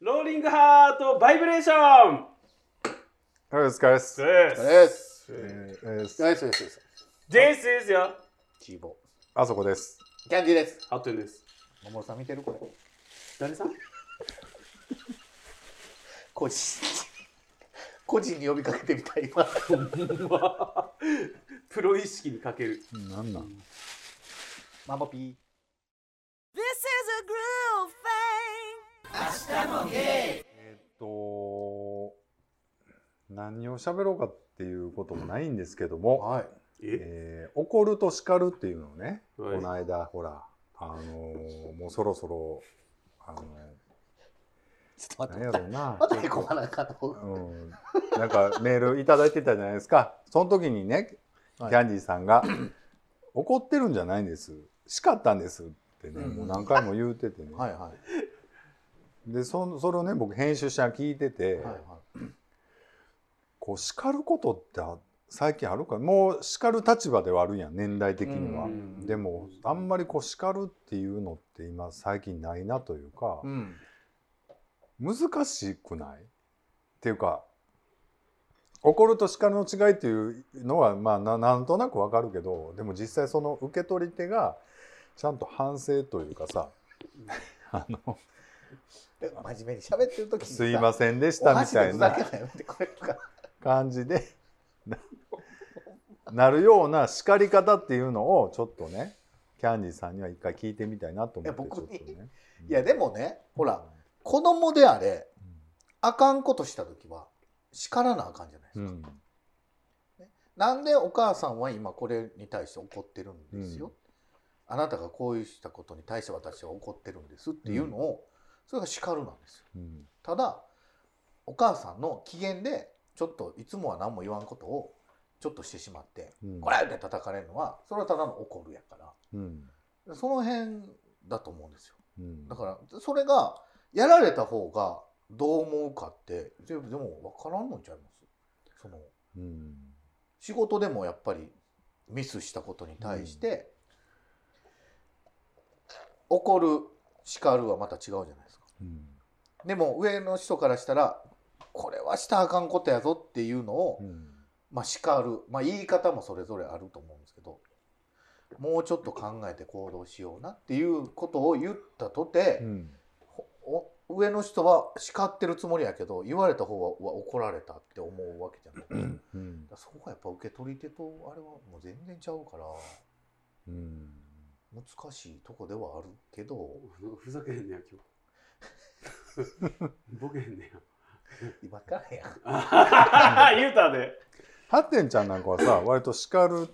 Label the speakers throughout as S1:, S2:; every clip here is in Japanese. S1: ローリングハートバイブレーション
S2: はい、お疲れっす。
S1: で
S3: ですす
S2: えーえー
S3: ナイスですです。
S1: ですですよ
S3: チーボ。
S2: あそこです。
S3: キャンディーです。
S1: あってんです
S3: ももさん見てるこれ。
S1: 誰さん
S3: 個人。個人に呼びかけてみたい。今
S1: プロ意識に欠ける
S2: なんなん。
S3: ママピー。
S4: This is a groove thing.
S2: えーっと。何を喋ろうかっていうこともないんですけども。
S3: はい。
S1: え
S2: えー怒ると叱るっていうのをね、
S1: はい
S2: この間ほら、あのーもうそろそろ。あの
S3: ちょ
S2: ー、な
S3: っと
S2: ん
S3: 待っ
S2: や
S3: て。
S2: ろうな。
S3: またへこまなあかんの。
S2: うん、なんかメールいただいてたじゃないですか。その時にね、
S3: はい
S2: キャンディーさん が怒ってるんじゃないんです。叱ったんですってね、
S3: うん
S2: もう何回も言うててね。
S3: はいはい。
S2: でそそれをね僕編集者が聞いてて、
S3: はいはい。
S2: こう叱ることってあ最近あるかもう叱る立場ではあるやん年代的には、
S3: うん
S2: でもあんまりこう叱るっていうのって今最近ないなというか、
S3: うん。
S2: 難しくないっていうか怒ると叱るの違いっていうのはまあななんとなくわかるけどでも実際その受け取り手がちゃんと反省というかさ「 あの
S3: でも真面目に喋ってる時にさ。
S2: すいませんでし
S3: お
S2: た」み
S3: 箸で
S2: たい
S3: ふ
S2: な
S3: ざ。けんのやめてくれるか。
S2: 感じで ななるような叱り方っていうのをちょっとねキャンディーさんには一回聞いてみたいなと思って
S3: いや僕に
S2: ちょっとね
S3: いやでもね、ほら子供であれあかんことした時は叱らなあかんじゃないです
S2: う
S3: か。
S2: ん
S3: なんでお母さんは今これに対して怒ってるんですよ、あなたがこうしたことに対して私は怒ってるんですっていうのを、それが叱るなんですよ
S2: うん
S3: ただお母さんの機嫌でちょっといつもは何も言わんことをちょっとしてしまって
S2: うん
S3: 「これ!」って叩かれるのはそれはただの怒るやか
S2: うん
S3: らその辺だと思うんですよ
S2: うん
S3: だからそれがやられた方がどう思うかってででも分からんのちゃいますその
S2: うん
S3: 仕事でもやっぱりミスしたことに対して、怒る叱るはまた違うじゃないですか
S2: うん
S3: でも上の人からしたらこれはしたらあかんことやぞっていうのを、
S2: うん
S3: まあ、叱る、まあ、言い方もそれぞれあると思うんですけどもうちょっと考えて行動しようなっていうことを言ったとて、
S2: うん
S3: ほお上の人は叱ってるつもりやけど言われた方はうわ怒られたって思うわけじゃないですか。
S2: うん
S3: そこはやっぱ受け取り手とあれはもう全然ちゃうから
S2: うん
S3: 難しいとこではあるけど
S1: なんかふざけへんねや今 日ボケへんね
S3: 今からやん
S1: や 言うたで
S2: ハッテンちゃんなんかはさ割と叱る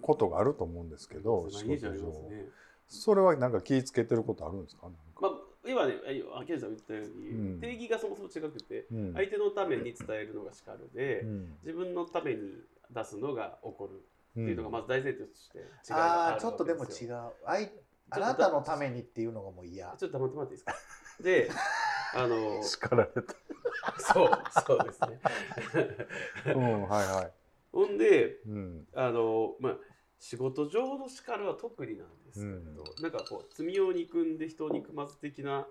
S2: ことがあると思うんですけど
S1: そ
S2: 仕
S1: んなイメージあ
S2: 事
S1: ります
S2: 上
S1: ね
S2: それはなんか気ぃつけてることあるんですかなんか
S1: まあ今ねああけんさん言ったように、
S2: うん
S1: 定義がそもそも違くて
S2: うん
S1: 相手のために伝えるのが叱るで、
S2: うん
S1: 自分のために出すのが怒る
S2: う
S1: っていうのが
S2: ん
S1: まず大前提として違いが
S3: ああ
S1: る
S3: ちょっとでも
S1: わけす
S3: 違
S1: よ
S3: うあいあなたのためにっていうのがもう嫌
S1: ちょっと黙ってもらっていいですかであの
S2: 叱られた
S1: そうそうですね
S2: うんはいは
S1: ほんで
S2: いうん
S1: あのまあ仕事上の叱るは特になんですけど、なんかこう罪を憎んで人を憎まず的な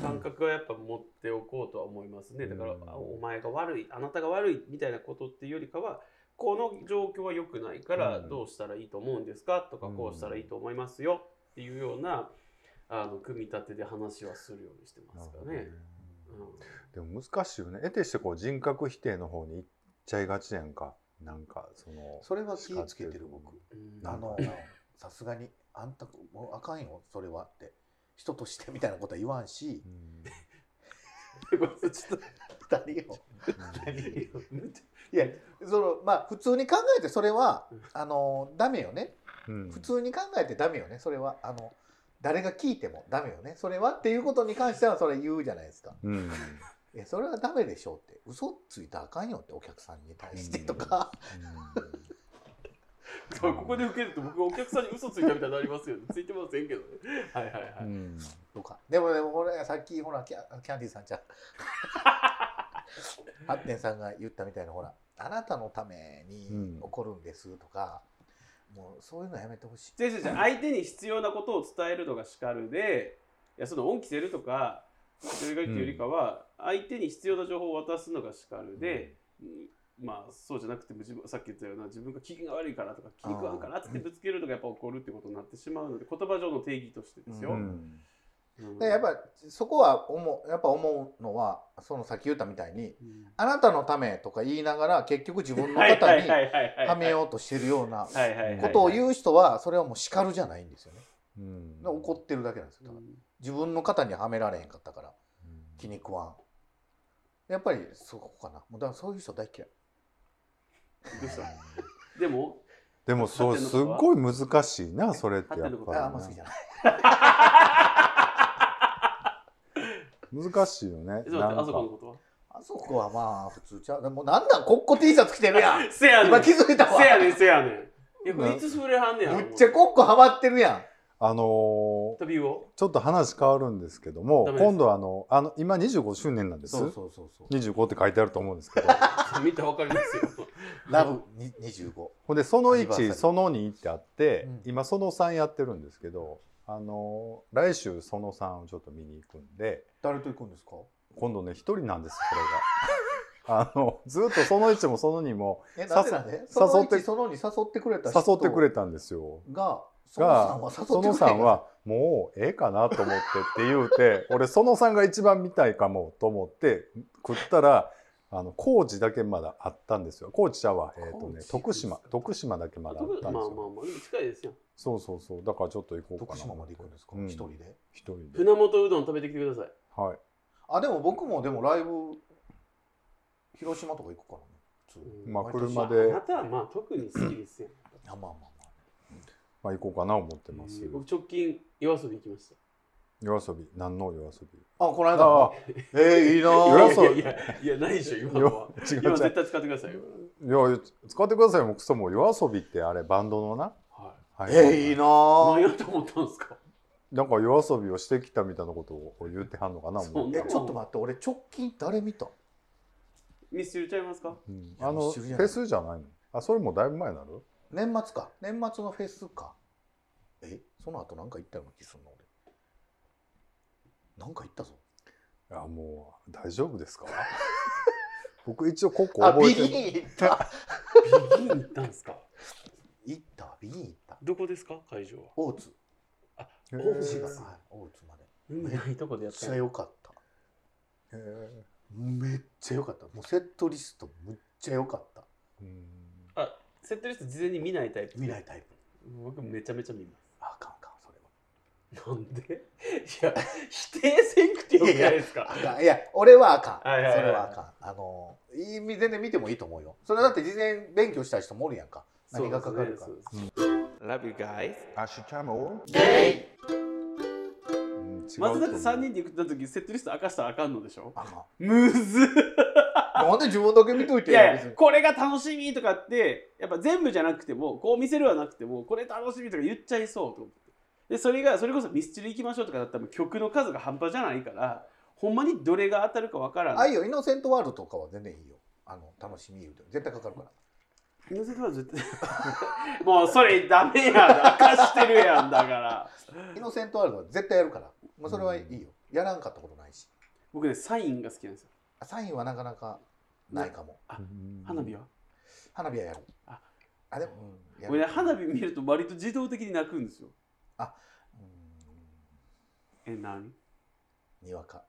S1: 感覚はやっぱ持っておこうとは思いますねだから、
S2: うん
S1: あお前が悪いあなたが悪いみたいなことっていうよりかはこの状況は良くないから
S2: うん
S1: どうしたらいいと思うんですかとか
S2: うん
S1: こうしたらいいと思いますよっていうようなあの組み立てで話はするようにしてますかね。
S2: でも難しいよね得てしてこう人格否定の方に行っちゃいがちやんかなんかその
S3: それは気ぃつけてる 僕
S1: うん
S3: あ
S2: な
S3: のさすがにあんたもうあかんよそれはって人としてみたいなことは言わんし
S2: うん
S1: ごめんなさいちょっと
S3: 二人をい
S1: いや
S3: やそのまあ普通に考えてそれは
S1: うん
S3: あのダメよね
S2: うん
S3: 普通に考えてダメよねそれはあの誰が聞いてもダメよねそれはっていうことに関してはそれ言うじゃないですか
S2: うん
S3: えそれはダメでしょうって嘘ついたらあかんよってお客さんに対してとか、
S1: そうここで受けると僕お客さんに嘘ついたみたいになりますよねついてませんけどねはいはいはい、
S2: うん
S3: とかでもでもこれさっきほらキャキャンディーさん じゃんハッテンさんが言ったみたいなほらあなたのために怒るんですとか、もうそういうのやめてほしい。
S1: 違う違う違う相手に必要なことを伝えるのが叱るでいやその恩着せるとかそれがいいというよりかは、相手に必要な情報を渡すのが叱るで、まあそうじゃなくても自分さっき言ったような自分が機嫌が悪いからとか気に食わんからって言ってぶつけるのがやっぱ怒るってことになってしまうので言葉上の定義としてですよ。
S2: うん
S1: うん
S3: でやっぱそこは思うやっぱ思うのはそのさっき言ったみたいに
S1: うん
S3: あなたのためとか言いながら結局自分の
S1: はいは
S3: 方
S1: い
S3: に
S1: はいはいはい
S3: はめようとしてるような
S1: はいはいはいはい
S3: ことを言う人はそれはもう叱るじゃないんですよね。
S2: うん
S3: 怒ってるだけなんですよ。だから
S1: う
S3: 自分の肩にはめられへんかったから
S2: うん
S3: 気に食わん。やっぱりそこかな。もうだからそういう人大嫌い。
S1: んどうしたでも
S2: でもそうすっごい難しいなそれってやっ
S1: 勝手なこと
S3: ああ
S2: ぱ
S3: んま好き
S2: り
S3: じ
S2: ね
S3: ゃない。
S2: 難しいよね
S1: えちょっと待
S2: な
S1: ってあ
S2: ん
S1: そこの
S2: か
S1: ことは
S3: あそこはまあ普通ちゃう。でもなんなんコッコ T シャツ着てるやん。
S1: せやねん
S3: 今気づいたわ
S1: せ。やねんせやねんいやこ
S2: な
S1: れいつ触れはんねやろ
S3: むっちゃコッコハマってるやん。
S2: あのー
S1: 旅を
S2: ちょっと話変わるんですけども
S1: ダメです
S2: 今度あのあの今25周年なんです
S3: そうそうそうそう。
S2: 25って書いてあると思うんですけど
S1: 見たらわかりますよ
S3: ラブに25。
S2: ほんでその
S3: アニバーサリ
S2: 1
S3: ー
S2: その2ってあって
S3: うん
S2: 今その3やってるんですけどあのー来週その3をちょっと見に行くんで
S3: 誰と行くんですか
S2: 今度ね一人なんですこれ が。あのずっとその1もその2も
S3: え、なんでなんでそ
S2: さ
S3: の
S2: 誘って
S3: 一その二誘ってくれた人
S2: 誘ってくれたんですよ。
S3: が、そのさ
S2: が
S3: んは誘ってく
S2: そ
S3: れへ
S2: の
S3: ん
S2: さんはもうええかなと思ってって言う て俺そのさんが一番見たいかもと思って食ったらあの高知だけまだあったんですよ高知ちゃうわえーとね
S1: 高知
S2: 徳島徳島だけまだあっ
S1: ま
S2: た
S1: あ
S2: ん
S1: ま
S2: で
S1: あ
S2: す
S1: まあ
S2: よ
S1: 近いですよ
S2: そうそうそうだからちょっと行こうかな
S3: 徳島まで行くんですか
S2: う
S3: 一人で。
S2: 一人で
S1: 船本うどん食べてきてください
S2: はい
S3: あ、でも僕もでもライブ、広島とか行くからね。普通
S1: うん
S2: まあ
S3: 毎年
S2: 車で
S1: あなたはまあ特に好きですよ
S3: あ、まあまあまあ。
S2: まあ行こうかな思ってます夜
S1: 僕直近夜遊び行きました
S2: 遊び何の夜遊び
S3: あ、この間
S2: ああ
S3: の。えー、いいなぁ
S2: 夜遊び
S1: いやいやいやないでしょ今のは
S2: 違う
S1: 今
S2: 違
S1: 絶
S2: う
S1: 対使ってくださいよ
S2: いや使ってくださいよもうクソもう夜遊びってあれバンドのな
S1: は
S2: は
S3: えー、いいなぁ
S1: い何やと思ったんですか
S2: なんか夜遊びをしてきたみたいなことを言ってはんのかな
S1: そ
S2: 思
S1: う
S2: っ
S1: な
S2: て
S3: え、ちょっと待って、俺直近誰見た
S1: ミスチルちゃいますか
S2: うん
S3: いや
S2: あの
S3: 知
S2: フ
S3: るやん
S2: ェスじゃないのあそれもだいぶ前になる
S3: 年末か。年末のフェスか。え、その後なんか行ったような気すんの俺。なんか行ったぞ。
S2: いやもう大丈夫ですか僕一応ここ
S3: あ、
S2: 覚
S3: ビ
S2: えて
S3: ギ
S2: る
S3: ン行った。
S1: ビギン行ったんですか
S3: 行った、ビギン行った。
S1: どこですか会場は
S3: 大津。
S2: へ
S1: お
S3: 大津
S1: 違
S3: が、
S1: う
S3: はい
S2: ー、
S3: 大津まで。
S1: うんないとこでや
S3: め
S1: っ
S3: って ちゃ
S1: る
S3: 良かっ
S2: へ
S3: た。
S2: ー
S3: めっちゃ良かった。もうセットリストむっちゃ良かった。
S2: うん
S1: セットリスト事前に見ないタイプ
S3: 見ないタイプ。
S1: 僕めちゃめちゃ見ま
S3: ああかんあかん、それは。
S1: すなんで いや否定せんくてよくないです
S3: あ
S1: か
S3: かん。いや、俺はあかん。
S1: はいはいはい
S3: それはあかん。あの、いい意味全然見てもいいと思うよ。それだって事前勉強した人もおるやんか。何がかかるか。
S1: Love you guys
S2: うん違うと
S1: ま
S2: 思
S1: ずだ
S2: う
S1: って3人で行くって時セットリスト明かしたらあかんのでしょ
S3: あか
S1: むずっ
S3: ん。なんで自分だけ見といて
S1: いやいやこれが楽しみとかってやっぱ全部じゃなくてもこう見せるはなくてもこれ楽しみとか言っちゃいそうと思ってでそれがそれこそミスチル行きましょうとかだったらもう曲の数が半端じゃないからほんまにどれが当たるかわからない
S3: 愛よ、イノセントワールドとかは全然いいよ。あの、楽しみ言うて。絶対かかるから。
S1: 乗せたら絶対 もうそれダメやん明かしてるやんだから
S3: イノセントワールドは絶対やるから。もうそれはいいよ。やらんかったことないし。
S1: 僕ねサインが好きなんですよ
S3: あサインはなかなかないかも。
S2: うん
S1: 花火は
S3: 花火はやる。
S1: あ
S3: あ、でも、うんやる
S1: 俺ね花火見ると割と自動的に泣くんですよ
S3: うん
S1: え 何
S3: にわか。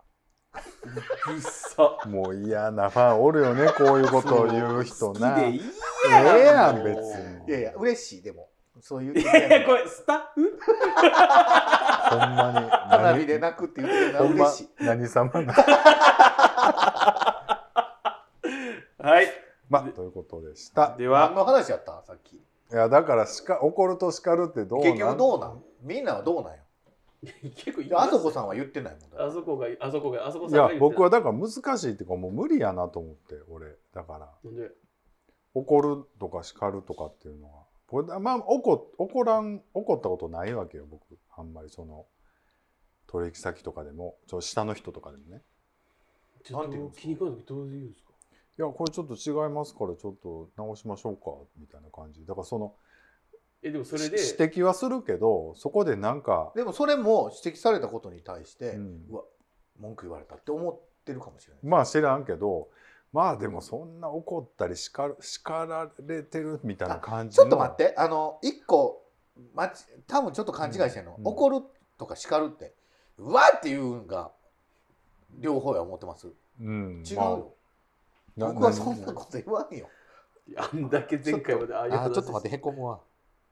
S1: うっさ
S2: もう嫌なファンおるよねこういうことを言う人な
S1: 好きでいい
S2: ええやん
S1: もう
S2: 別
S3: い
S2: に
S3: やいや、嬉しい、でも。そういう。
S1: いやいやこれスタッフ
S2: ほんまに
S3: 花火で泣くって言ってるのが
S2: ほんま
S3: 嬉しい。
S2: 何様なの
S1: はい
S2: まあということでした
S1: で
S3: 何
S1: は
S3: の話やったさっき。
S2: いやだからしか怒ると叱るってどうなん
S3: 結局どうなんみんなはどうなんよ。
S1: 結構い
S3: であそこさんは言ってないもんだ。
S1: あそこがあそこがあそこ
S2: い
S1: さんが
S2: や
S1: 言って
S2: 僕はだから難しいっていうかもう無理やなと思って俺だから
S1: なんで
S2: 怒るとか叱るとかっていうのは僕まあ怒怒らん怒ったことないわけよ僕あんまりその取引先とかでもちょ下の人とかでもね
S1: ちょっ
S3: なんて言うん
S1: と
S3: で
S1: 気
S3: すか
S1: に食わない時どう言うんですか
S2: いやこれちょっと違いますからちょっと直しましょうかみたいな感じだからその
S1: えでもそれで
S2: し指摘はするけどそこでなんか、
S3: でもそれも指摘されたことに対して、
S2: うん
S3: うわ文句言われたって思ってるかもしれない。
S2: まあ知らんけどまあでもそんな怒ったり叱る叱られてるみたいな感じ
S3: ち
S2: の
S3: ょっと待って、あの、一個、まち、多分ちょっと勘違いしてるの、
S2: うんうん
S3: 怒るとか叱るって、うわっていうのが、両方や思ってます。
S2: うん
S3: 違う
S2: まあ
S3: よ。
S2: な
S3: 僕は
S2: な
S3: そんなこと言わんよ。
S1: あんだけ前回までああいう
S3: あ
S1: 話
S3: ーちょっと待って、へこむわ。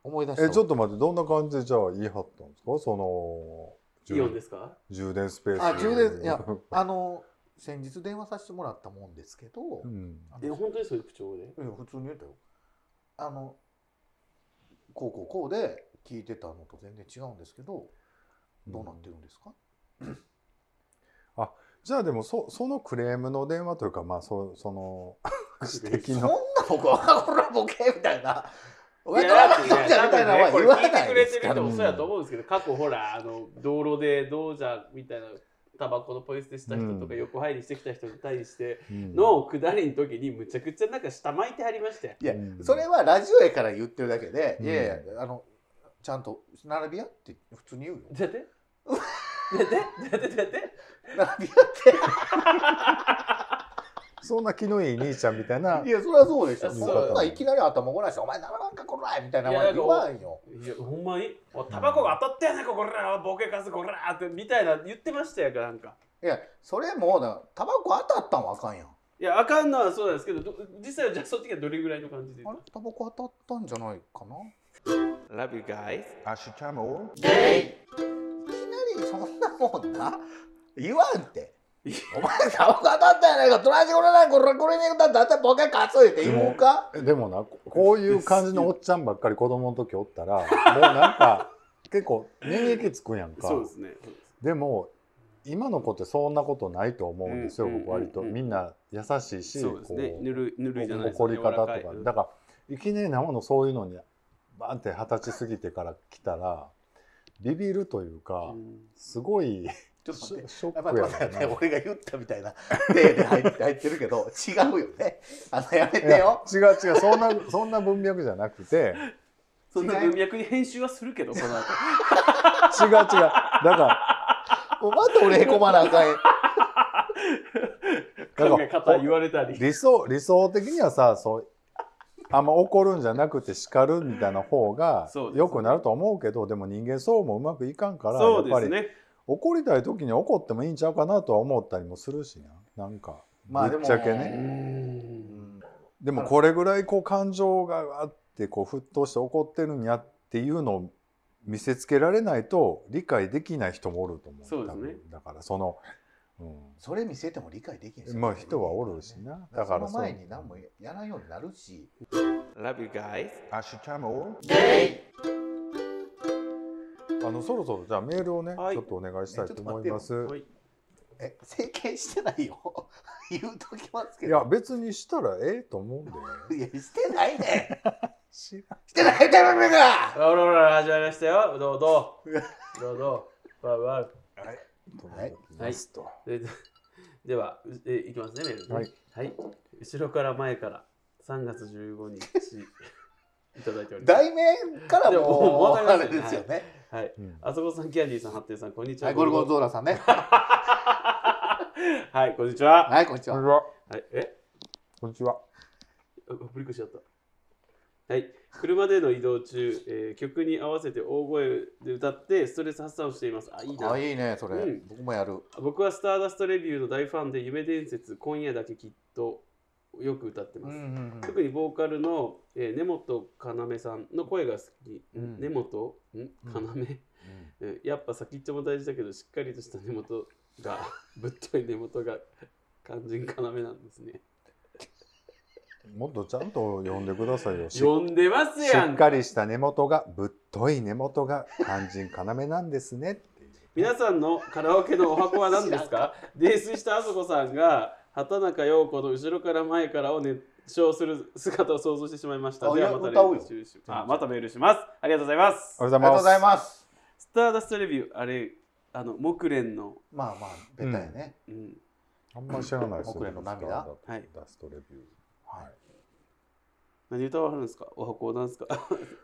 S3: 思い出したわ。
S2: えちょっと待ってどんな感じでじゃあ言い張ったんですかその
S1: イオン
S2: 充
S1: ですか
S2: 充電スペース
S3: あ充電いや
S2: う
S3: あの、先日電話させてもらったもんですけど、
S2: ん
S3: あの
S1: え本当にそういう口調で
S3: いや普通に言ったよあのこうこうこうで聞いてたのと全然違うんですけどどうなってるんですか、
S2: じゃあでもそそのクレームの電話というかまあそその指摘
S3: そん
S2: の
S3: な僕はこらボケみたいな
S1: い
S3: 親
S1: や
S3: ドラマ
S1: だっ
S3: の
S1: て
S3: み
S1: ね
S3: たいな
S1: 多
S3: の
S1: 分ね
S3: は言
S1: こ
S3: わ
S1: れ聞い
S3: な
S1: てく
S3: い
S1: れ
S3: で
S1: て
S3: す
S1: る
S3: か
S1: 人
S3: ら
S1: もそうやと思うんですけど過去ほらあの道路でどうじゃみたいなタバコのポイ捨てした人とか
S2: うん
S1: 横入りしてきた人に対して
S2: うん
S1: の下りの時にむちゃくちゃなんか下巻いてありましたよ
S3: いや
S2: うん
S3: それはラジオやから言ってるだけで、
S2: うん
S3: いやいやあのちゃんと並びやって普通に言うよ
S1: どうやってどうやってどうやってどうやって
S3: 並びや
S2: そんな気のいい兄ちゃんみたいな
S3: っていやそれはそうでしょ
S1: そう
S3: そんないきなり頭ごらして「お前並ばんかこらえ」みたいなのは言わんよ
S1: いやほんまにおタバコが当たったやないかこらボケかすこらってみたいな言ってましたやからなんか
S3: いやそれもうだタバコ当たったんはあかんやん
S1: いやあかんのはそうなんですけどど実際はじゃあそっちがどれぐらいの感じで
S3: あれタバコ当たったんじゃないかな
S1: Love you guys
S3: いきなりそんなもんな言わんってお前タバコ当たったやないかトラジオれないこれこれに言ったんだってボケかついて言おうか
S2: えでもなここういう感じのおっちゃんばっかり子供の時おったらもうなんか 結構免疫つくんやんか
S1: そうですねそうです
S2: でも今の子ってそんなことないと思うんですよ、
S1: うんうん
S2: 僕割と、
S1: うんうん
S2: みんな優しいし
S1: そうですね
S2: こ。う
S1: ぬるいぬるいじゃないです
S2: 怒り方とか
S1: 柔らい
S2: だからいきなり生のそういうのにバンって二十歳過ぎてから来たらビビるというか、
S1: うん
S2: すごい
S3: ちょっと
S2: シ
S3: 待
S2: ョ
S3: って
S2: ショ
S3: や
S2: ッ
S3: っぱ
S2: ク
S3: り
S2: や
S3: まだね
S2: ろう
S3: 俺が言ったみたいな手で入って入ってるけど違うよねあのやめ
S2: な。いや
S3: てよ
S2: 違う違うそんなそんな文脈じゃなくて
S1: そんな文脈に編集はするけどこの後
S2: 違う違うだから
S3: もうまた俺へこまなあかんや
S1: 考え方言われたり
S2: 理想理想的にはさそうあんま怒るんじゃなくて叱るみたいな方が
S1: そうです
S2: 良くなると思うけどでも人間そうもうまくいかんから
S1: そう
S2: や
S1: で
S2: っぱ
S1: す
S2: り
S1: ね
S2: 怒りたい時に怒ってもいいんちゃうかなとは思ったりもするしななんか
S3: まあで
S2: ぶ
S3: も
S2: っちゃけ
S1: う
S2: ね
S3: うんん
S2: でもこれぐらいこう感情があってこう沸騰して怒ってるんやっていうのを見せつけられないと理解できない人もおると思う
S1: そうですね
S2: 多分だからその、う
S3: それ見せても理解でき
S2: ん、
S3: ん
S2: まあ人はおるしなだか
S3: だからら
S2: う
S3: その前に何もやらんようになるし
S1: Love you guys
S2: あのそろそろじゃあメールをね、
S1: はい
S2: ちょっとお願いしたいと思います。
S1: はい
S3: え整形してないよ言うときます
S2: い
S3: けど
S2: や別にしたらええと思うんで。
S3: いやしてないねん
S2: 知らん
S3: してないだろ
S1: あららら始まりましたよどうぞ どうぞわうわう
S2: と思
S3: はい
S2: いますと。
S1: ででではうえいきますねメールね
S2: はい、
S1: はい、後ろから前から3月15日いただいております
S3: 題名からも
S1: もう
S3: う
S1: わ
S3: あ
S1: か
S3: れ
S1: りますよね
S3: ですよね。
S1: はい
S2: うん
S1: あそこさんキャンディーさんハッテンさんこんにちは
S3: はい、ゴルゴンゾーラさんね。
S1: はいこんにちは
S3: はい、こんにち
S2: こん
S3: は。
S2: にちは。
S1: はいえ
S2: こんにちは。
S1: あぶり越しちゃった。はい。車での移動中、えー曲に合わせて大声で歌ってストレス発散をしています。あ、いいな。
S3: あ、いいね、それ、
S1: うん
S3: 僕もやる。
S1: 僕はスターダストレビューの大ファンで、夢伝説、今夜だけきっとよく歌って
S3: う
S1: ま
S3: ん
S1: す。
S3: うん
S1: 特にボーカルの、えー根本要さんの声が好き。
S3: うん
S1: 根本ん要、うんやっぱ先っちょも大事だけど、しっかりとした根元が、ぶっとい根元が肝心要なんですね。
S2: もっとちゃんと呼んでくださいよ。し
S1: 呼んでます
S2: し
S1: や
S2: っ
S1: ん
S2: かりした根元がぶっとい根元が肝心要なんですね。
S1: 皆さんのカラオケのお箱は何です か泥酔したあそこさんが畑中陽子の後ろから前からを熱唱する姿を想像してしまいました。
S3: あ
S1: で
S3: い
S1: は
S3: や
S1: また
S3: 歌おうよ
S1: 練習しあまたメールします。ありがとうございます。
S2: おはよう
S3: あ
S2: ご
S3: りがとうご
S2: ざ
S3: ざ
S2: い
S3: い
S2: ます。
S3: ます。
S1: スターダストレビュー、あれ、あの、木蓮の、
S3: まあまあ、ベタやね。
S1: うん、
S2: あんまり知らないですよ。
S3: 僕らの涙
S1: はい
S2: ダストレビュー。はい。
S1: 何歌わはるんですか お箱なんですか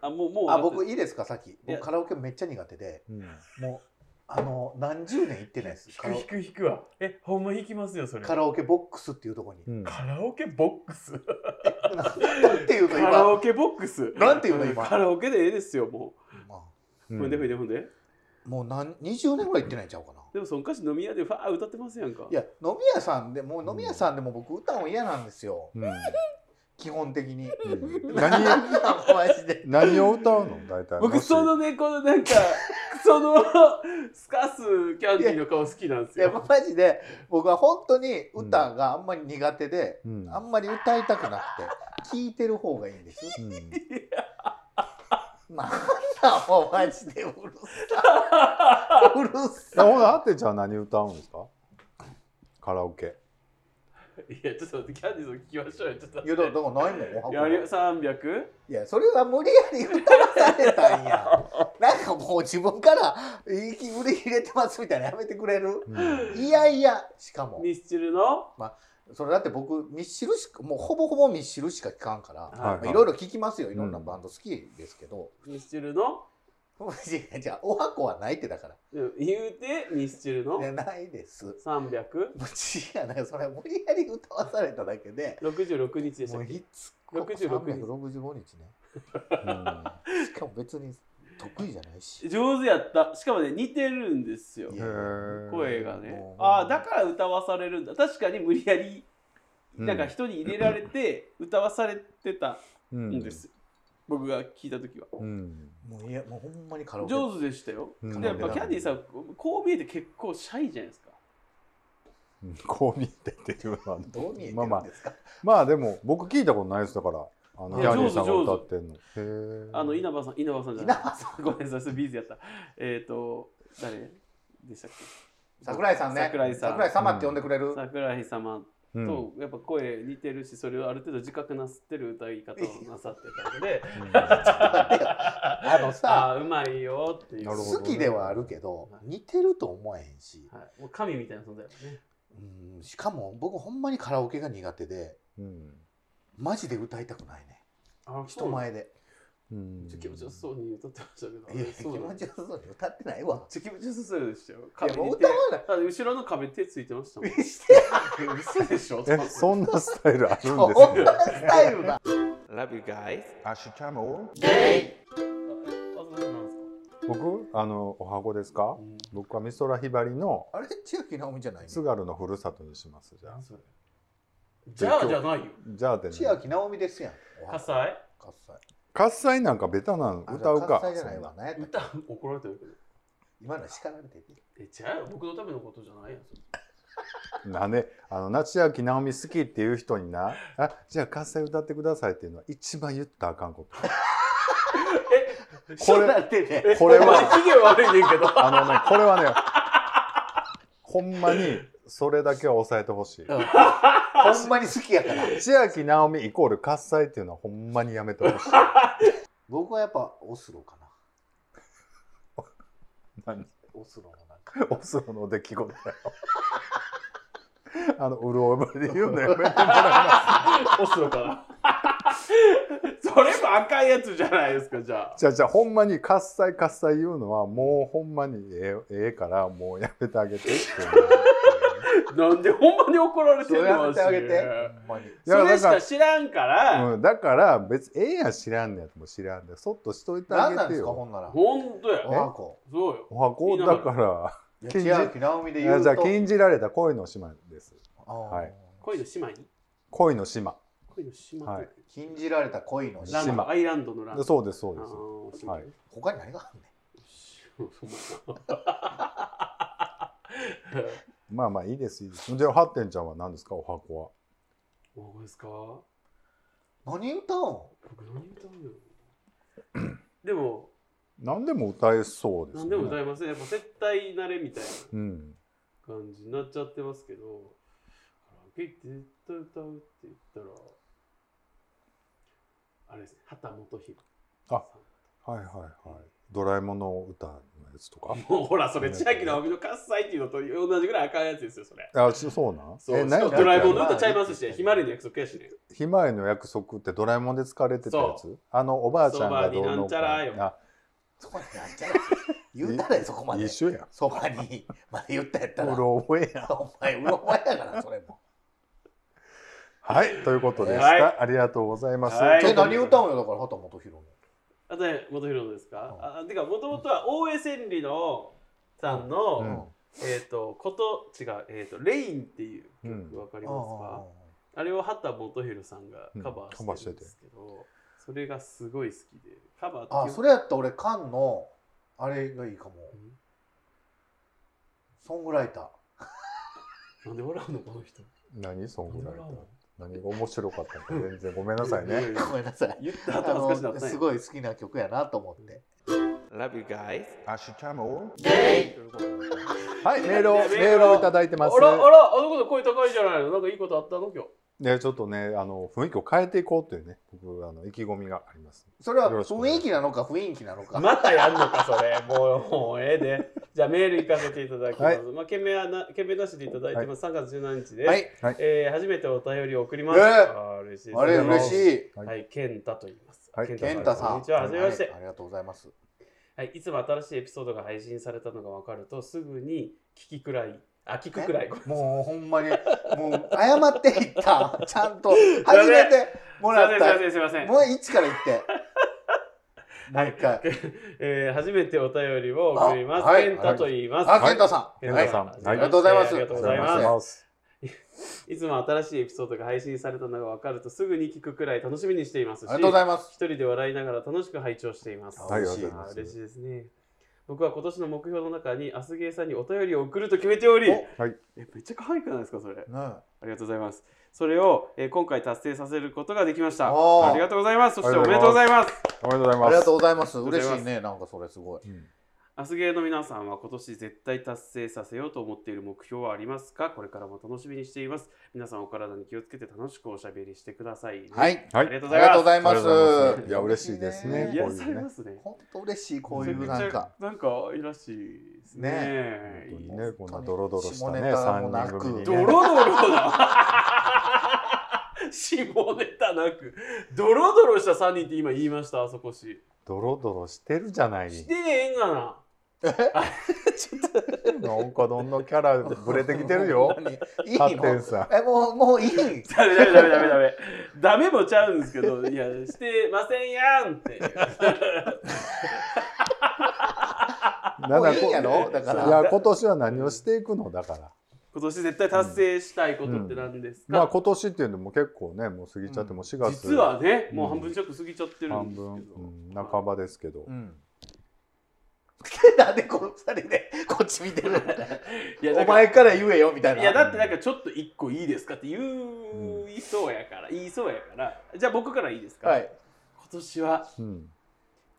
S1: あ、もう、もう。
S3: あ、僕いいですか、さっき。
S1: いや
S3: 僕カラオケめっちゃ苦手で、
S2: うん。
S3: もう。あの何十年行ってないです
S1: 引
S3: カ
S1: く
S3: ラ
S1: 引く引くわえほんま引きますよそれ
S3: カラオケボックスっていうとこに
S2: う。ん
S1: カラオケボックス
S3: なんていうの
S1: カラ
S3: 今
S1: オケボックス
S3: なんていうの今
S1: カラオケでええですよも
S3: ま
S1: う、ほんでほんでほんで
S3: あもう何20年ぐらい行ってないんちゃうかな。
S1: でもその歌詞飲み屋でファー歌ってますやんか
S3: いや飲み屋さんでもう飲み屋さんでも僕歌うの嫌なんですよ
S2: うん
S3: 基本的に。
S2: うん
S3: 何
S2: 何
S3: マジで。
S2: 何を歌うの大体
S1: 僕そのねこのなん かそのスカスキャンディーの顔好きなんで
S3: い
S1: す
S3: や
S1: よ
S3: マジで僕は本当に歌があんまり苦手で、
S2: うん
S3: あんまり歌いたくなくて聞いてる方がいいんです。
S2: うん
S3: なんだもうマジでうるさい。うる
S2: あ
S3: さい。
S2: ほなあてちゃん何歌うんですかカラオケ
S1: いやちょっと待ってキャンディーさん聞きましょうよちょっと
S3: い
S1: 待っ
S3: や
S1: て
S3: だからないもん。
S1: やり三百？
S3: いやそれは無理やり歌わされたんや。なんかもう自分から息売り入れてますみたいなやめてくれる
S2: うん
S3: いやいやしかも
S1: ミスチルの
S3: それだって僕ミッシルしかもうほぼほぼミッシルしか聞かんから、
S1: い
S3: まあいろいろ聞きますよいろんなバンド好きですけど、
S1: ミスチルの
S3: 違う違う お箱はないってだから
S1: うん言うてミスチルの
S3: いやないです
S1: 三百
S3: 無知やなそれ無理やり歌わされただけで
S1: 六十六日でした
S3: も
S1: っ
S3: う
S1: け
S3: いつこ
S1: 66日
S3: 365日ね
S2: うん
S3: しかも別に得意じゃないし
S1: 上手やったしかもね似てるんですよ
S3: いや
S2: へー
S1: 声がね
S3: もう
S1: ああだから歌わされるんだ確かに無理やり
S2: うん
S1: なんか人に入れられて歌わされてた
S2: うんん
S1: です、僕が聞いた時は
S2: うん
S3: もういやもうほんまにカラオケ
S1: 上手でしたよ、
S2: うん
S1: でやっぱキャンディーさんこう見えて結構シャイじゃないですか
S2: うん こう見てっていうのは
S3: どう見えて
S2: まあ
S3: る
S2: ま
S3: ん
S2: あ
S3: ですか、
S2: まあでも僕聞いたことないですだからあの
S1: い
S2: キ
S1: や
S2: ャンディーさんが
S1: 上手
S2: 歌ってんのへえ
S1: あの稲葉さん稲葉さんじゃない
S3: 稲葉さん
S1: ごめんなさいビーズやったえっ、ー、と誰でしたっけ
S3: 桜井さんね
S1: 桜井さん
S3: 桜井様って呼んでくれる、
S1: 桜井様
S2: うん
S1: とやっぱ声似てるしそれをある程度自覚なすってる歌い方をなさってたので
S3: あのさ
S1: ああうまいよっていう
S2: なるほど
S3: 好きではあるけど
S1: はい
S3: 似てると思えへんし、
S1: はい、もう神みたいな存在だよね
S3: うん、しかも僕ほんまにカラオケが苦手で
S2: うん
S3: マジで歌いたくないね
S1: あ
S3: 人前で
S2: うん
S1: 気持ちよさそうに歌ってましたけど
S3: いや気
S1: そうな
S3: 持
S1: の
S3: ちよさそうに歌ってないわ
S1: ちょ気持ちよさそうでしたよ。
S3: い
S1: 壁
S3: やも
S1: に
S3: う
S1: 手
S3: 歌わない
S1: あ後ろの壁に手ついてましたもん。
S3: して
S1: 嘘でしょ
S2: えそんなスタイルあるんです
S3: こん
S2: ね
S3: なスタイルだ
S1: Love you guys。
S5: 明日も
S1: あ、そうなんです
S2: 僕あのお箱ですか
S1: か。
S2: 僕は美空ひばりの
S3: あれ千秋直美じゃない
S2: 津
S3: の
S2: 軽のふるさとにしますじゃあ
S1: 何それじゃあじゃないよ。
S2: じゃあでね
S3: 千秋直美ですやん
S1: 火災
S3: 喝采
S2: 喝采なんかベタなの
S3: あ
S2: 歌うか
S3: 喝采じゃないわね
S1: 歌怒られてるけど。
S3: 今のは叱られて る
S1: え、じゃあ僕のためのことじゃないやん。それ
S2: なね、あの夏秋直美好きっていう人にな 「あじゃあ喝采歌ってください」っていうのは一番言ったらあかんことこれ
S3: れてね
S2: これは
S1: 機嫌悪いねんけど。
S2: あのねこれはねほんまにそれだけは抑えてほしい
S3: ほんまに好きやから
S2: 千秋直美イコール喝采っていうのはほんまにやめてほしい
S3: 僕はやっぱオスロかな
S2: 何
S3: オスロのなんか
S2: オスロの出来事だよあのうろ覚えで言うのやめてもらいます
S1: オスロから。それも赤いやつじゃないですか、じゃあ。
S2: じゃあじゃあほんまに喝采喝采言うのはもうほんまにええええからもうやめてあげてって
S1: なんでほんまに怒られて
S3: そ
S1: ん
S3: れ
S1: の
S3: やめてあ
S1: わ
S3: げて
S1: し
S3: ほんまに
S2: い や
S1: それしか
S2: だか
S1: ら知らんから、
S2: うん、だから別にええやん知らんねやとも知らんでそっとしといてあ
S3: 何な
S2: げ
S3: ん
S2: て
S3: ですか
S2: よ
S3: ほんなら
S1: ほんとや。
S3: おはこ
S1: そうよ。
S2: お箱だから
S3: いや
S2: 禁じ
S3: 千秋直美で
S2: い
S3: 言
S2: や
S3: う
S2: じゃあ
S3: と
S2: 禁じられた恋の島です
S3: あー
S2: はい
S1: 恋の島に
S2: 恋の島
S1: 恋の島って
S3: 禁じられた恋の
S1: ラン
S2: 島
S1: ドアイランドのランド。
S2: そうですそ
S1: あ
S2: うで
S1: ー
S2: す
S1: 島
S2: は
S1: ね
S2: い
S3: 他に何があんね ん
S1: そう
S2: まあまあいいですいいですじゃあハッテンちゃんは何ですかお箱は
S1: そうですか
S3: 何歌うん
S1: 僕何歌うのでも
S2: 何でも歌えそうです
S1: 何
S2: ね
S1: でも歌えませんやっぱ絶対慣れみたいな
S2: うん
S1: 感じになっちゃってますけどカラオケ行って絶対歌うって言ったらあれですね畑元博
S2: あはいはいはいドラえもんの歌のやつとか
S1: もうほらそれ千秋直美の喝采っていうのと同じぐらい赤いやつですよそれ
S2: あそそうなん
S1: そうし
S2: 何やった
S1: か
S2: っ
S1: も
S2: け
S1: ドラえもんの歌ちゃいます
S3: あ
S1: し
S3: れ
S1: ひまわりの約束やしね
S2: ひまわりの約束ってドラえもんで使われてたやつあのおばあちゃんがどうの
S1: そばになんちゃらよ
S2: あ
S3: そこまでなんちゃ う言うたらよそこまで
S2: 一緒やん。
S3: そばに まで言ったやったら
S2: うろ覚えやん。
S3: お前うろ覚えやからそれ も
S2: はい、ということでした。
S1: はい
S2: ありがとうございます。
S1: はい
S2: ちょ
S3: え
S2: っと
S3: 何歌うんよだから畑元博の
S1: あとね、元弘ですか、あてか、もともとは大江千里のさんの、
S2: うん
S1: えっ、と、こと、違う、えっ、と、レインっていう
S2: うん
S1: 曲、わかり
S3: うん
S1: ますか、あれを畑元弘さんがカバーしてるんですけど、それがすごい好きで、カバーって
S3: あ
S1: いう
S3: それやったら俺カンのあれがいいかも
S1: うん
S3: ソングライター
S1: なんで笑うの、この人。
S2: 何ソ
S1: な
S2: ン
S1: ん
S2: グ
S1: で
S2: ライタ
S1: 笑う
S2: ー
S1: の
S2: 何が面白かったのか全然ごめんなさいね。
S3: ごめんなさい
S1: 言った
S3: あ
S1: 後恥ずかしな
S3: の
S1: ったんや
S3: すごい好きな曲やなと思って。
S1: Love you guys.
S2: アシュチャム
S3: ゲ
S2: はい、メールを、
S1: い
S2: メ
S1: やメール
S2: ールをいただいて
S1: あ
S2: ます。
S1: ら、あら、あのこと声高いじゃないの。なんかいいことあったの今日。
S2: で、ちょっとね、あの、雰囲気を変えていこうというね、僕、あの、意気込みがあります。
S3: それは
S2: よろしく
S3: 雰囲気なのか雰囲気なのか。
S1: またやんのかそ れもうもうええでじゃあメール行かせていただきます、
S2: はい
S1: まあ件名はな件名出していただいてます、3月17日で、
S3: はい。
S1: えー初めてお便りを送ります、
S3: えー
S1: あー嬉しいです
S3: あれ
S2: ありがとうございます
S3: 嬉しい。
S1: いはい健太と言います、
S2: はい
S3: 健
S1: ん
S3: 太さん。
S1: こんにちは初めまして、
S3: はいありがとうございます。
S1: はい、いつも新しいエピソードが配信されたのが分かるとすぐに聞きくらいあ聞くくらい
S3: もうほんまにもう謝っていった。 ちゃんと初めてもらっ
S1: すいま
S3: た。
S1: せんすいませんすいません
S3: もう一から言 って。もう一回。
S1: えー初めてお便りを送ります、
S3: あはい
S1: 健太と言います、
S3: あ、健太さん。
S1: 健
S3: は
S1: 太
S3: い
S1: さん
S2: はい
S3: ありがとうございます。
S1: ありがとうございます
S2: す。
S1: いつも新しいエピソードが配信されたのが分かるとすぐに聞くくらい楽しみにしていますし
S3: ありがとうございます。
S1: 一人で笑いながら楽しく拝聴しています。
S3: はいありがとうござい
S2: ます
S1: あー嬉しいですね。僕は今年の目標の中に、アスゲーさんにお便りを送ると決めており、
S3: お
S1: え
S2: はい、
S1: めっちゃ可愛くないですか、それ。あ
S3: ね
S1: りがとうございます。それを、えー今回達成させることができました。
S3: おー
S1: ありがとうございます。そして
S2: あ
S1: お
S2: り
S1: め
S2: が
S1: でとうご
S2: とうご
S1: ざ
S2: ざ
S1: います。
S2: おめでとうござい
S3: あ
S2: ます。
S3: りがとうございます。
S1: ありがとうご
S3: 嬉
S1: ざいます
S3: しいね。なんかそれすごい。
S2: うん
S1: アスゲーの皆さんは今年絶対達成させようと思っている目標はありますかこれからも楽しみにしています。皆さんお体に気をつけて楽しくおしゃべりしてくださいね、。
S3: はいい。
S2: は
S1: あ
S2: い
S1: り。がとうご
S3: あ
S1: ざ
S3: り
S1: いま
S3: が
S1: す
S3: とうご。ざいます。
S2: いや、嬉しいですね。
S3: ね
S1: 癒
S2: こ
S1: や
S2: うい
S1: さ
S2: う
S1: れ
S2: ね
S1: ま。すね。
S3: 本当嬉しいこ
S1: こ
S3: ういうなんか。
S1: なんかいらしいですね
S3: ね
S2: 本当に
S1: い
S2: ね、
S1: い
S2: こんなドロドロした
S3: 下ネ
S2: ね、
S3: タ
S2: 三
S3: もな
S2: 人
S3: く
S2: 組に
S1: ド
S2: ね
S1: ロ。ドロだ 下ネタなくドロドロした3人って今言いましたあそこし
S2: ドロドロしてるじゃない。
S1: してへんがなあちょっと
S2: なんかどんどんキャラぶれてきてるよ
S3: 本。当に。いい
S2: 発展
S3: の
S2: さ。
S3: え、もう、もういい。
S1: ダメダメダメダメダメダメもちゃうんですけどいやしてませんやんって
S2: なんだ
S3: もういいやろだから
S2: いや、今年は何をしていくのだから。
S1: 今年絶対達成したいことって何です
S2: まあ、
S1: か、
S2: 今年っていうのも結構ね、もう過ぎちゃって、もう4月。
S1: 実はねもう
S2: うん
S1: 半分ちょっと過ぎちゃってるん
S2: 半
S1: ですけど
S2: 分、うん半ばですけど
S3: う。ん。なんでこの二人でこっち見てるの
S1: いや
S3: お前から言えよみたいな。
S1: いやだってなんかちょっと一個いいですかって言いそうやから、言いそうやからじゃあ僕からいいですか、
S3: はい。
S1: 今年は
S2: うん。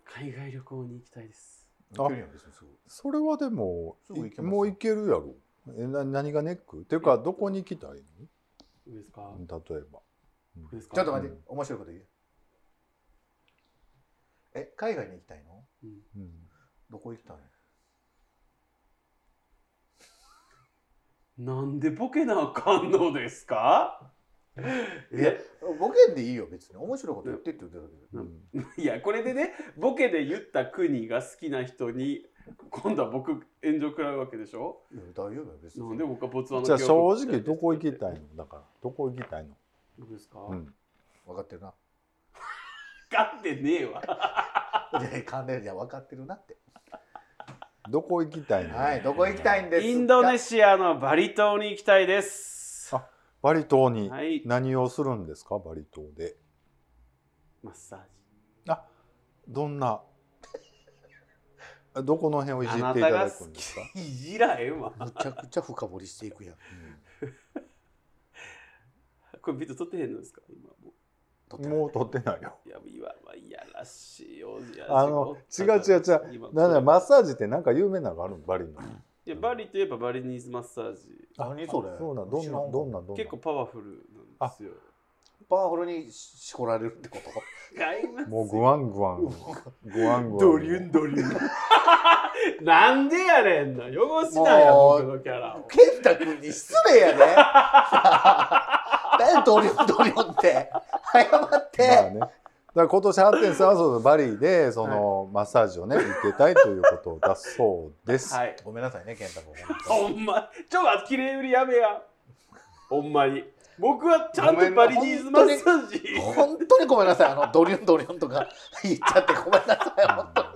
S1: 海外旅行に行きたいです
S2: あ
S3: 行けるやん別にすぐ
S2: それはでも
S3: すぐ行けますよ
S2: もういけるやろえな何がネックっていうかどこに行きたいの
S1: いいですか、い
S2: 例えば
S1: いですか
S3: ちょっと待って、面白いこと言う。え、海外に行きたいの
S2: うん
S3: どこ行きたいの
S1: なんでボケなあかんのですか
S3: いや
S1: え、
S3: ボケんでいいよ、別に。面白いこと言ってって言ってるだけで。
S2: う
S1: い
S2: ん
S1: やこれでねボケで言った国が好きな人に今度は僕炎上食らうわけでしょ
S3: いや、大丈夫よ、別に。
S1: なんで僕はボツワナ
S2: じゃあ
S1: 共和
S2: 正
S1: 国
S2: 直どこ行きた
S1: ど
S2: いのだからどこ行きたいの、
S1: うですか、
S2: うん、
S3: 分かってるな。
S1: 勝ってねえわ
S3: で、関連じゃ分かってるなって。
S2: どこ行きたいの、
S3: はい、どこ行きたいんですか
S1: インドネシアのバリ島に行きたいです
S2: あバリ島に
S1: はい
S2: 何をするんですかバリ島で
S1: マッサージ
S2: どんなどこの辺をいじ
S1: あ
S2: っ
S1: な
S2: ていた
S1: た
S2: だ
S1: が
S2: く
S1: 好
S2: んですか
S1: きいじらへんわ
S3: むちゃくちゃ深掘りしていくやん。
S1: これビート取ってへんのですか今も
S3: と
S2: う
S3: て
S2: ん
S3: も
S2: もう撮ってないよ
S1: ういやいわばいやらしいよいや
S2: あの違う違う違
S1: 今
S2: うなんだマッサージってなんか有名なのがあるのバリの
S1: いやバリといえばバリニーズマッサージ
S3: 何それ
S2: そうなんどん
S3: 知
S2: な
S3: らんわ
S2: どんなどんな
S1: 結構パワフルなんですよ
S3: パワフルにしこられるってこ
S1: 買います
S2: もうグワングワングワングワン
S1: ドリュンドリュンなんでやねんな汚しなんや
S3: もう
S1: 僕のキャラ
S3: と
S1: を
S3: 健太君に失礼 やね何やドリョンドリョンって謝って、
S2: まあねから今年8.3はそのバリーでそのマッサージをね受けたいということだそうです。
S1: はい
S3: ごめんなさいね健太君
S1: ほんまちょっと綺麗売りやめやほんまに僕はちゃん
S3: ごめ
S1: と
S3: ん
S1: バリニーズマッサージ
S3: 本当にごめんなさいあのドリュンドリュンとか言っちゃってごめんなさい本当に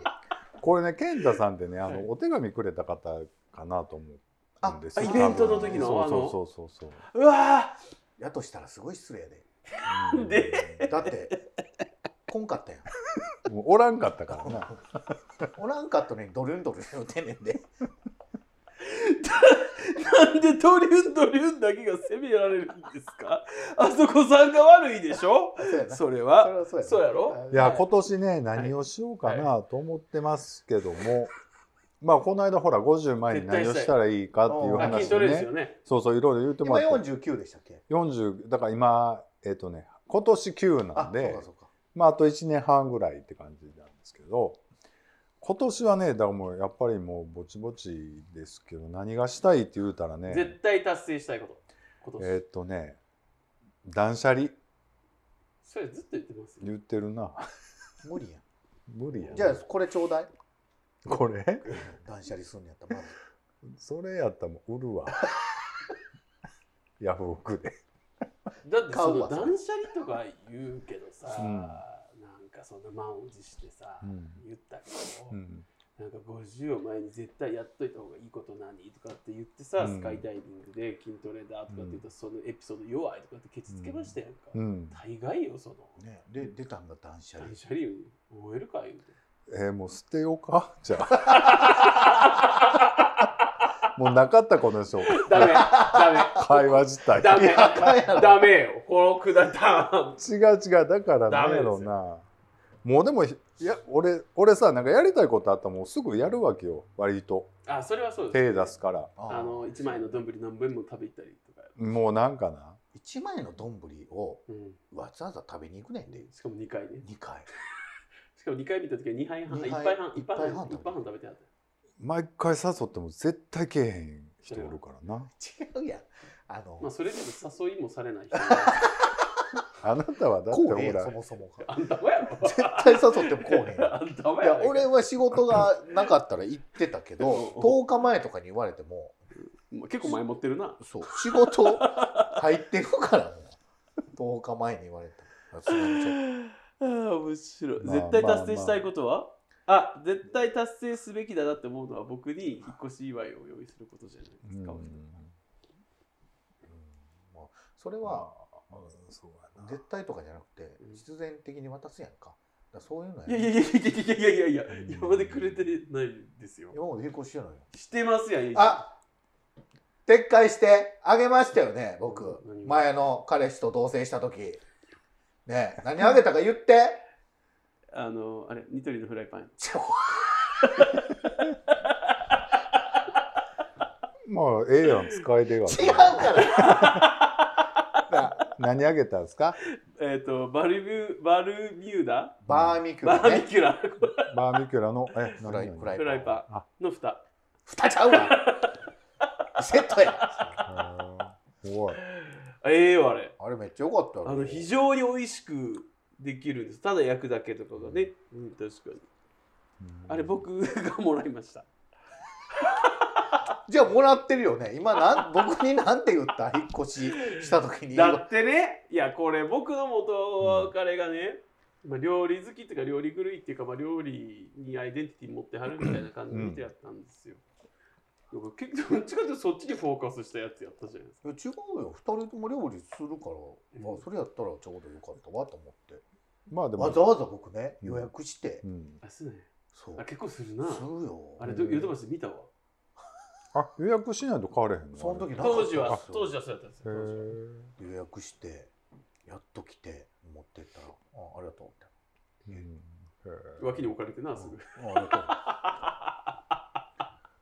S2: これね健太さんってねあ
S1: はい
S2: のお手紙くれた方かなと思うんですよ
S1: あイベントの時の
S2: 多分
S1: あの
S2: そうそうそうそう
S1: うわ
S3: やとしたらすごい失礼で
S2: そう。うん
S1: で
S3: だってこんかったやん
S2: もうおらんかったからな。
S3: おらんかったのにドリュンドリュン言うてんねんで
S1: ーなんでドリュンドリュンだけが責められるんですかあそこさんが悪いでしょ
S3: そうやな
S1: それは
S3: それはそうやな
S1: そうやろ
S2: いや
S3: はい
S2: 今年ね何をしようかなと思ってますけども、まあこの間ほら50前に何をしたらいいかっていう
S1: あ筋
S2: 話
S1: ト
S2: を
S1: レです
S2: ね
S1: よね
S2: そうそういろいろ言っても
S3: 今
S2: らって
S3: 49でしたっけ
S2: 40だから今えっとね今年9な
S3: あ
S2: ん
S3: そう
S2: で
S3: かそうか
S2: まああと1年半ぐらいって感じなんですけど今年はねだからもうやっぱりもうぼちぼちですけど何がしたいって言うたらね
S1: 絶対達成したいこと今年、
S2: えっとね断捨離
S1: それずっと言ってますよ
S2: 言ってるな
S3: 無理やん
S2: 無理や
S3: じゃあ
S2: な
S3: これちょうだい
S2: これ
S3: 断捨離すんのやったらまず
S2: それやったらもう売るわ。ヤフオクで。
S1: だってそ
S3: 買う
S1: の
S3: わそれ
S1: 断捨離とか言うけどさ、
S2: うん
S1: なんかそんな満を持してさ、
S2: うん
S1: 言ったけど、
S2: うん。
S1: なんか50を前に絶対やっといた方がいいこと何とかって言ってさ、
S2: うん
S1: スカイダイビングで筋トレだとかって言ったら、そのエピソード弱いとかってケチつけましたやんか、
S2: うん。
S1: 大概よその
S3: ねで出たんだ断捨離
S1: 断捨離よ終えるか言うて
S2: えーもう捨てようかじゃあ。もうなかったこの人。
S1: ダメダ
S2: 会話自体。
S1: ダメ
S3: いやあかんや
S1: メ
S3: ろ
S1: ダメよこのくだた
S2: 違う違う。だか
S1: ダ
S2: らなん
S1: メです
S2: やろ
S1: よ
S2: うな。もうでも、いや、俺、俺さ、なんかやりたいことあったらもうすぐやるわけよ。割と。
S1: あそれはそうです
S2: 手出すから。
S1: あの一枚の丼何杯も食べたりとか、
S2: もうなんかな。
S3: 一枚の丼を
S1: うん、
S3: わざわざ食べに行くねんで
S1: しかも2回ね
S3: 2回
S1: しかも2回見た時は2杯半
S3: 二
S1: 1
S3: 杯
S1: 杯半
S3: 一
S1: 1
S3: 杯
S1: 杯
S3: 半
S1: 半一杯半食べてはった
S2: 毎回誘っても絶対けえへん人おるからな。
S3: 違うやんあの、
S1: まあそれでも誘いもされない 人
S2: あなたはだって
S3: こ
S2: ほ
S3: うへん
S2: ら
S3: そ。もそもが
S1: あんたもやろ
S3: 絶対誘ってもこうへんや
S1: あんたも
S3: んい
S1: や
S3: や
S1: ろ
S3: 俺は仕事がなかったら行ってたけど
S1: うん
S3: 10日前とかに言われても
S1: 結構前持ってるな
S3: そう仕事入ってるからもう10日前に言われたさすがにちょっ
S1: あー面白い、
S2: まあ
S1: 絶対達成したいことは、あ絶対達成すべきだなって思うのは僕に引っ越し祝いを用意することじゃないで
S2: う
S1: す
S2: ん
S1: か、
S3: とうんまあそれは
S2: まあそうやな
S3: 絶対とかじゃなくて必然的に渡すやんかだからそういうの
S1: いやいや
S3: や
S1: いやいやいやいやいやいや今までくれてないですよ
S3: 今まで並行してないのよ
S1: してますやん
S3: あ撤回してあげましたよね僕
S1: 何が
S3: 前の彼氏と同棲した時ねえ何あげたか言って
S1: あのあれニトリのフライパン
S3: ちょ
S2: まあええやん使い手が
S3: 違う から
S2: 何あげたんですか
S1: えっ、とバルミュバルミューダ
S3: バーミキュ
S1: バ
S3: ラ
S1: ーミ
S3: ね
S1: キュラ
S2: バーミキュラのえ
S3: フライ
S2: 何
S3: フライ
S1: フライ
S3: パン
S1: パンの蓋
S3: 蓋ちゃうわセットや
S2: あーすごい
S1: ええわあれ
S3: あれめっちゃ良かったよ
S1: あの非常に美味しくできるんですただ焼くだけとかがね、うん、確かにあれ僕がもらいました
S3: じゃあもらってるよね今なん僕になんて言った引っ越しした時に
S1: だってねいやこれ僕の元彼がね、まあ、料理好きっていうか料理狂いっていうか、まあ、料理にアイデンティティ持ってはるみたいな感じの人やったんですよ、僕結構どっちかっていうとそっちにフォーカスしたやつやったじゃないですか
S3: いや違うよ2人とも料理するから、まあ、それやったらちょうどよかったわと思って
S2: まあで
S3: わ
S2: も
S3: ざわざ僕ね
S2: うん
S3: 予約して、
S2: うん
S1: あそうね
S3: そう
S1: あ結構するな
S3: するよ
S1: あれどヨドバシ見たわ
S2: あ予約しないと買われへんの
S3: その時なかった
S1: 当時は
S3: そう
S1: 当時はそうやったんです
S2: へ
S1: よ当時は
S2: え
S3: 予約してやっと来て持ってったら「あありがとう」って
S2: うんへー
S1: 脇に置かれてなすぐ
S3: 「ああ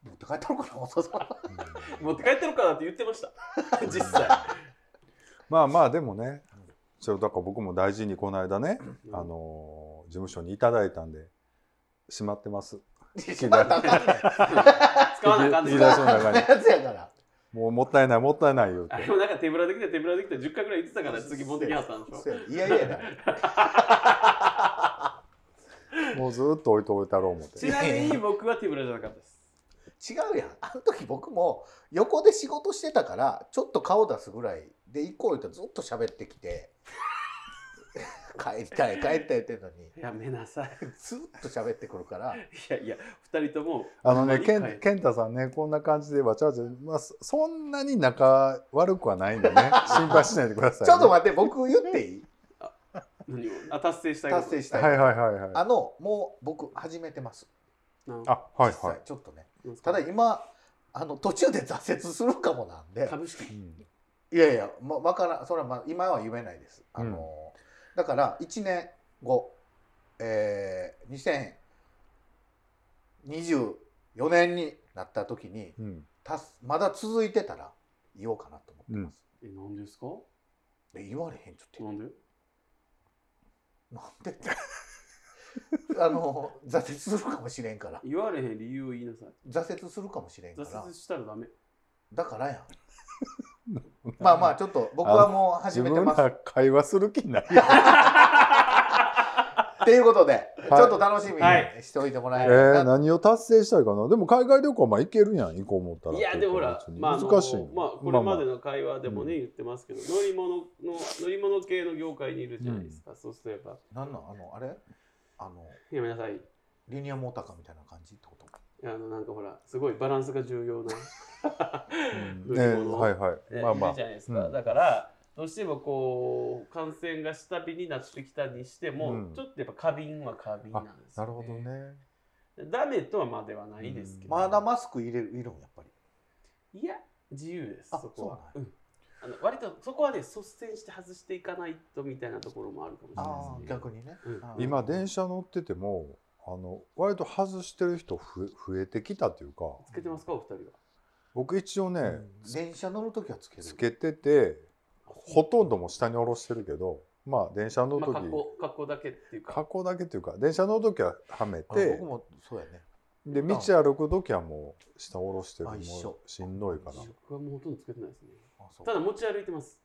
S3: りがとう」持って帰ったのかなお父さん
S1: 持って帰ってるかなって言ってました実 際
S2: まあまあでもねそれだから僕も大事にこの間ねあのー事務所にいただいたんでしまってます
S3: しまったらあかんねん
S1: 使わなあかんね
S2: い
S1: ん
S2: いです
S3: あんなやつやから
S2: もうもったいないもったいない言う
S1: あ
S2: て
S1: れもなんか手ぶらできた手ぶらできた10回ぐらい言ってたから次持ってきはったんでしょ
S3: そうやいやいやだ
S2: もうずーっと置いといたろう思って
S1: ちなみに僕は手ぶらじゃなかったです。
S3: 違うやんあの時僕も横で仕事してたからちょっと顔出すぐらいで行こう言ったらずっと喋ってきて 帰りたい帰りたいって言ってんのに
S1: やめなさい。
S3: ずっと喋ってくるから
S1: いやいや、二人とも。
S2: あのね、
S1: ほんまに
S2: ケ
S1: 帰る
S2: ンケンタさんね、こんな感じでわちゃわちゃ、まあ、そそんなに仲悪くはないんでね、心配しないでください、
S3: ちょっと待って僕言っていい
S1: 何をあ、達成したいこと。
S3: 達成した、
S2: はいいはいはいはい。
S3: あのもう僕始めてます
S1: なん
S2: あ、はい
S3: 実
S2: は
S3: 際
S2: い。
S3: ちょっとね
S1: なんす
S3: た
S1: か
S3: だ今あの途中で挫折するかもなんで
S1: 株式。
S2: うん
S3: いやいや、ま、わからんそれは、ま、今は言えないです、あのだから1年後、えー、2024年になった時に
S2: うん
S3: たすまだ続いてたら言おうかなと思ってます、
S1: え、なんでですか。
S3: え言われへんちょっと
S1: なんで。
S3: なんでって あの挫折するかもしれんから
S1: 言われへん理由を言いなさい。
S3: 挫折するかもしれんから
S1: 挫折したらダメ。
S3: だからやんまあまあちょっと僕はもう始
S2: 自
S3: めて
S2: 分
S3: ます
S2: ら会話する気ないやん
S3: っていうことで、ちょっと楽しみにしておいてもら
S2: え
S3: えればな、
S2: ー、何を達成したいかな。でも海外旅行まあ行けるやん、行こう思ったら。
S1: いやでもほら
S2: 別、に
S1: まあ、あの
S2: 難しい。
S1: まあこれまで
S2: ま
S1: の会話でもね言ってますけど、乗り物の乗り物系の業界にいるじゃないですか、そうするとやっ
S3: なんなんあのあれあの
S1: ぱやめなさい
S3: リニアモーターカーみたいな感じってこと
S1: あのなんかほらすごいバランスが重要な、
S2: うん
S1: 乗り
S2: ね
S1: 物の
S2: はいはい。まあま
S1: い
S2: あ
S1: るじ。ゃないですか、
S2: うん
S1: だからどうしてもこう感染が下火になってきたにしても、
S2: うん
S1: ちょっとやっぱ過敏は過敏なんです
S2: な
S1: よ
S2: るほどね。
S1: ダメとはまではないですけど、
S3: まだマスク入れるいるんやっぱり
S1: いや自由です
S3: あ
S1: そこは
S3: そ
S1: うんあの割とそこはね率先して外していかないとみたいなところもあるかもしれ
S3: あ
S1: ない
S3: あ
S1: ですけど
S3: 逆にね、
S1: うん
S3: あー
S2: 今電車乗ってても、あの割と外してる人増え増えてきたというか、
S1: つけてますかお二人は
S2: 僕一応ね、
S3: うん電車乗る時はつける
S2: つけててほとんどもう下に下ろしてるけどまあ電車乗る時、
S1: まあ、格好格好だけっていうか
S2: 格好だけっていうか電車乗る時ははめ
S3: あ
S2: て
S3: 僕もそうやね
S2: で道歩く時はもう下下ろしてる
S3: あ一緒
S2: もうしんどいから
S1: 僕はもうほとんどつけてないですね
S3: あそう
S1: ただ持ち歩いてます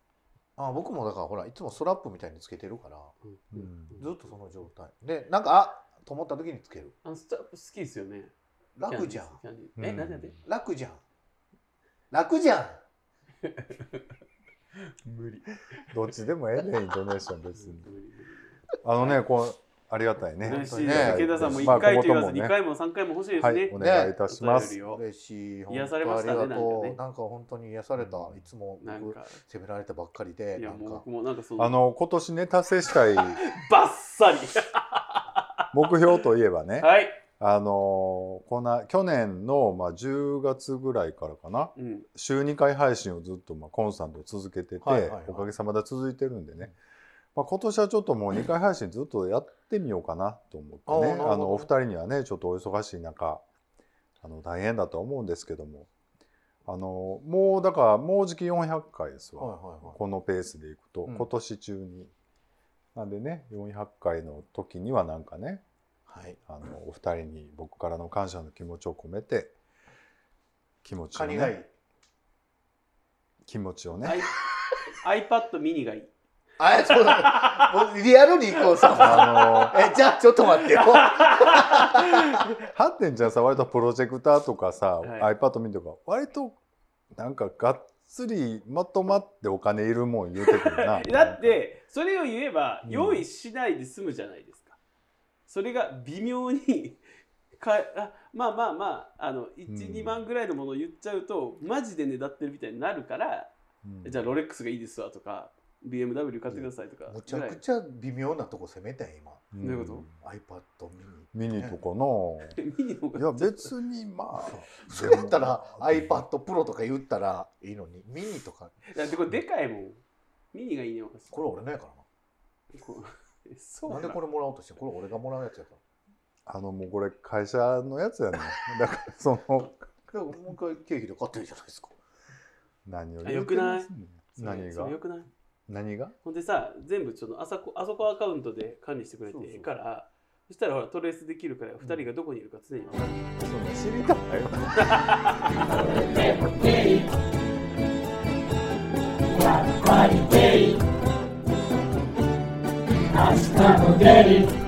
S3: あ僕もだからほらいつもストラップみたいにつけてるから
S2: う
S1: うん
S2: ん
S3: ずっとその状態でなんかあと思った時につける
S1: あのストラップ好きですよね
S3: 楽じゃん
S1: キャンディーズキャンディーズえ、
S2: うん
S1: なんでなんで
S3: 楽じゃん楽じゃん
S1: 無理
S2: どっちでもええねんイントネーション別に
S1: 無理
S2: あのねこうありがたいね
S1: 嬉
S3: 嬉
S1: し
S3: し
S1: い
S3: い
S1: で
S3: ですす
S1: 池田さんも
S2: ま
S1: 1
S2: あこ
S1: 回
S2: こと
S1: 言わ
S2: も
S1: ず
S2: ね
S1: 2回も3回も欲しいです
S2: は
S1: ね
S2: いお願いいたしま
S1: お便
S2: す
S1: りを
S3: 嬉しい
S1: 癒されましたね
S3: 本当ありがとう
S1: なんかね
S3: なんか本当に癒された、
S2: うん
S3: いつも
S1: なん
S3: 僕
S1: か
S3: 責められたばっかりで
S1: いや
S3: なん
S1: もう
S3: か
S1: 僕もなんかその
S2: あの今年ね達成したい
S1: バッサリ
S2: 目標といえばね
S1: はい、
S2: あのこんな去年のまあ10月ぐらいからかな
S1: うん、
S2: 週2回配信をずっとまあコンスタントに続けてて、
S3: はいはいはい
S2: おかげさまで続いてるんでね、まあ、今年はちょっともう2回配信ずっとやってみようかなと思ってね
S3: あーなるほど
S2: あのお二人にはねちょっとお忙しい中あの大変だとは思うんですけどもあのもうだからもうじき400回ですわ、
S3: はいはいはい
S2: このペースでいくと、
S3: うん
S2: 今年中に。なんでね400回の時にはなんかね
S3: はい。
S2: あのお二人に僕からの感謝の気持ちを込めて気持ちを
S3: カニ
S2: ね
S3: がいい。
S2: 気持ちをね、
S1: アイ iPad ミニがいい
S3: あ、そうだ。もうリアルに行こうさ。
S2: あ
S3: え、じゃあちょっと待ってよ。
S2: のハッテンちゃんさ割とプロジェクターとかさ、
S1: は
S2: iPad 見るとか割となんかがっつりまとまってお金いるもん言うてくるな
S1: だってそれを言えば
S2: うん
S1: 用意しないで済むじゃないですか、それが微妙に かあまあまあまああの
S2: うん
S1: 12、万ぐらいのものを言っちゃうとマジでねだってるみたいになるから、
S2: うん
S1: じゃあロレックスがいいですわとか BMW 買ってくださいとか
S3: むち
S1: ぐ
S3: ゃ
S1: らい
S3: くちゃ微妙なとこ攻めたよ今。
S2: うん
S1: どういうこ
S3: iPad ミニ。
S2: ミニとかの
S1: ミニ の方
S2: いや
S1: が
S2: 別に まあ
S3: それやったら iPad Pro とか言ったらいいのに、ミニとか。
S1: だってこれでかいもんミニがいいねおかしい
S3: これ俺のやから
S1: こうえそう
S3: な。なんでこ
S1: れ
S3: れもらおうとしてんこれ俺がもらうやつやか
S2: あのもうこれ会社のやつやねだからその
S3: ら。でももう一回経費で買ってるじゃないですか。
S2: 何を
S1: あよくない
S2: 何
S1: そ
S2: が
S1: れよくない
S2: 何が
S1: ほんでさ全部ちょっとあそこあそこアカウントで管理してくれてええからそしたらほらトレースできるから2人がどこにいるか常に分かる
S2: そんな知りたい
S5: 明日もデイ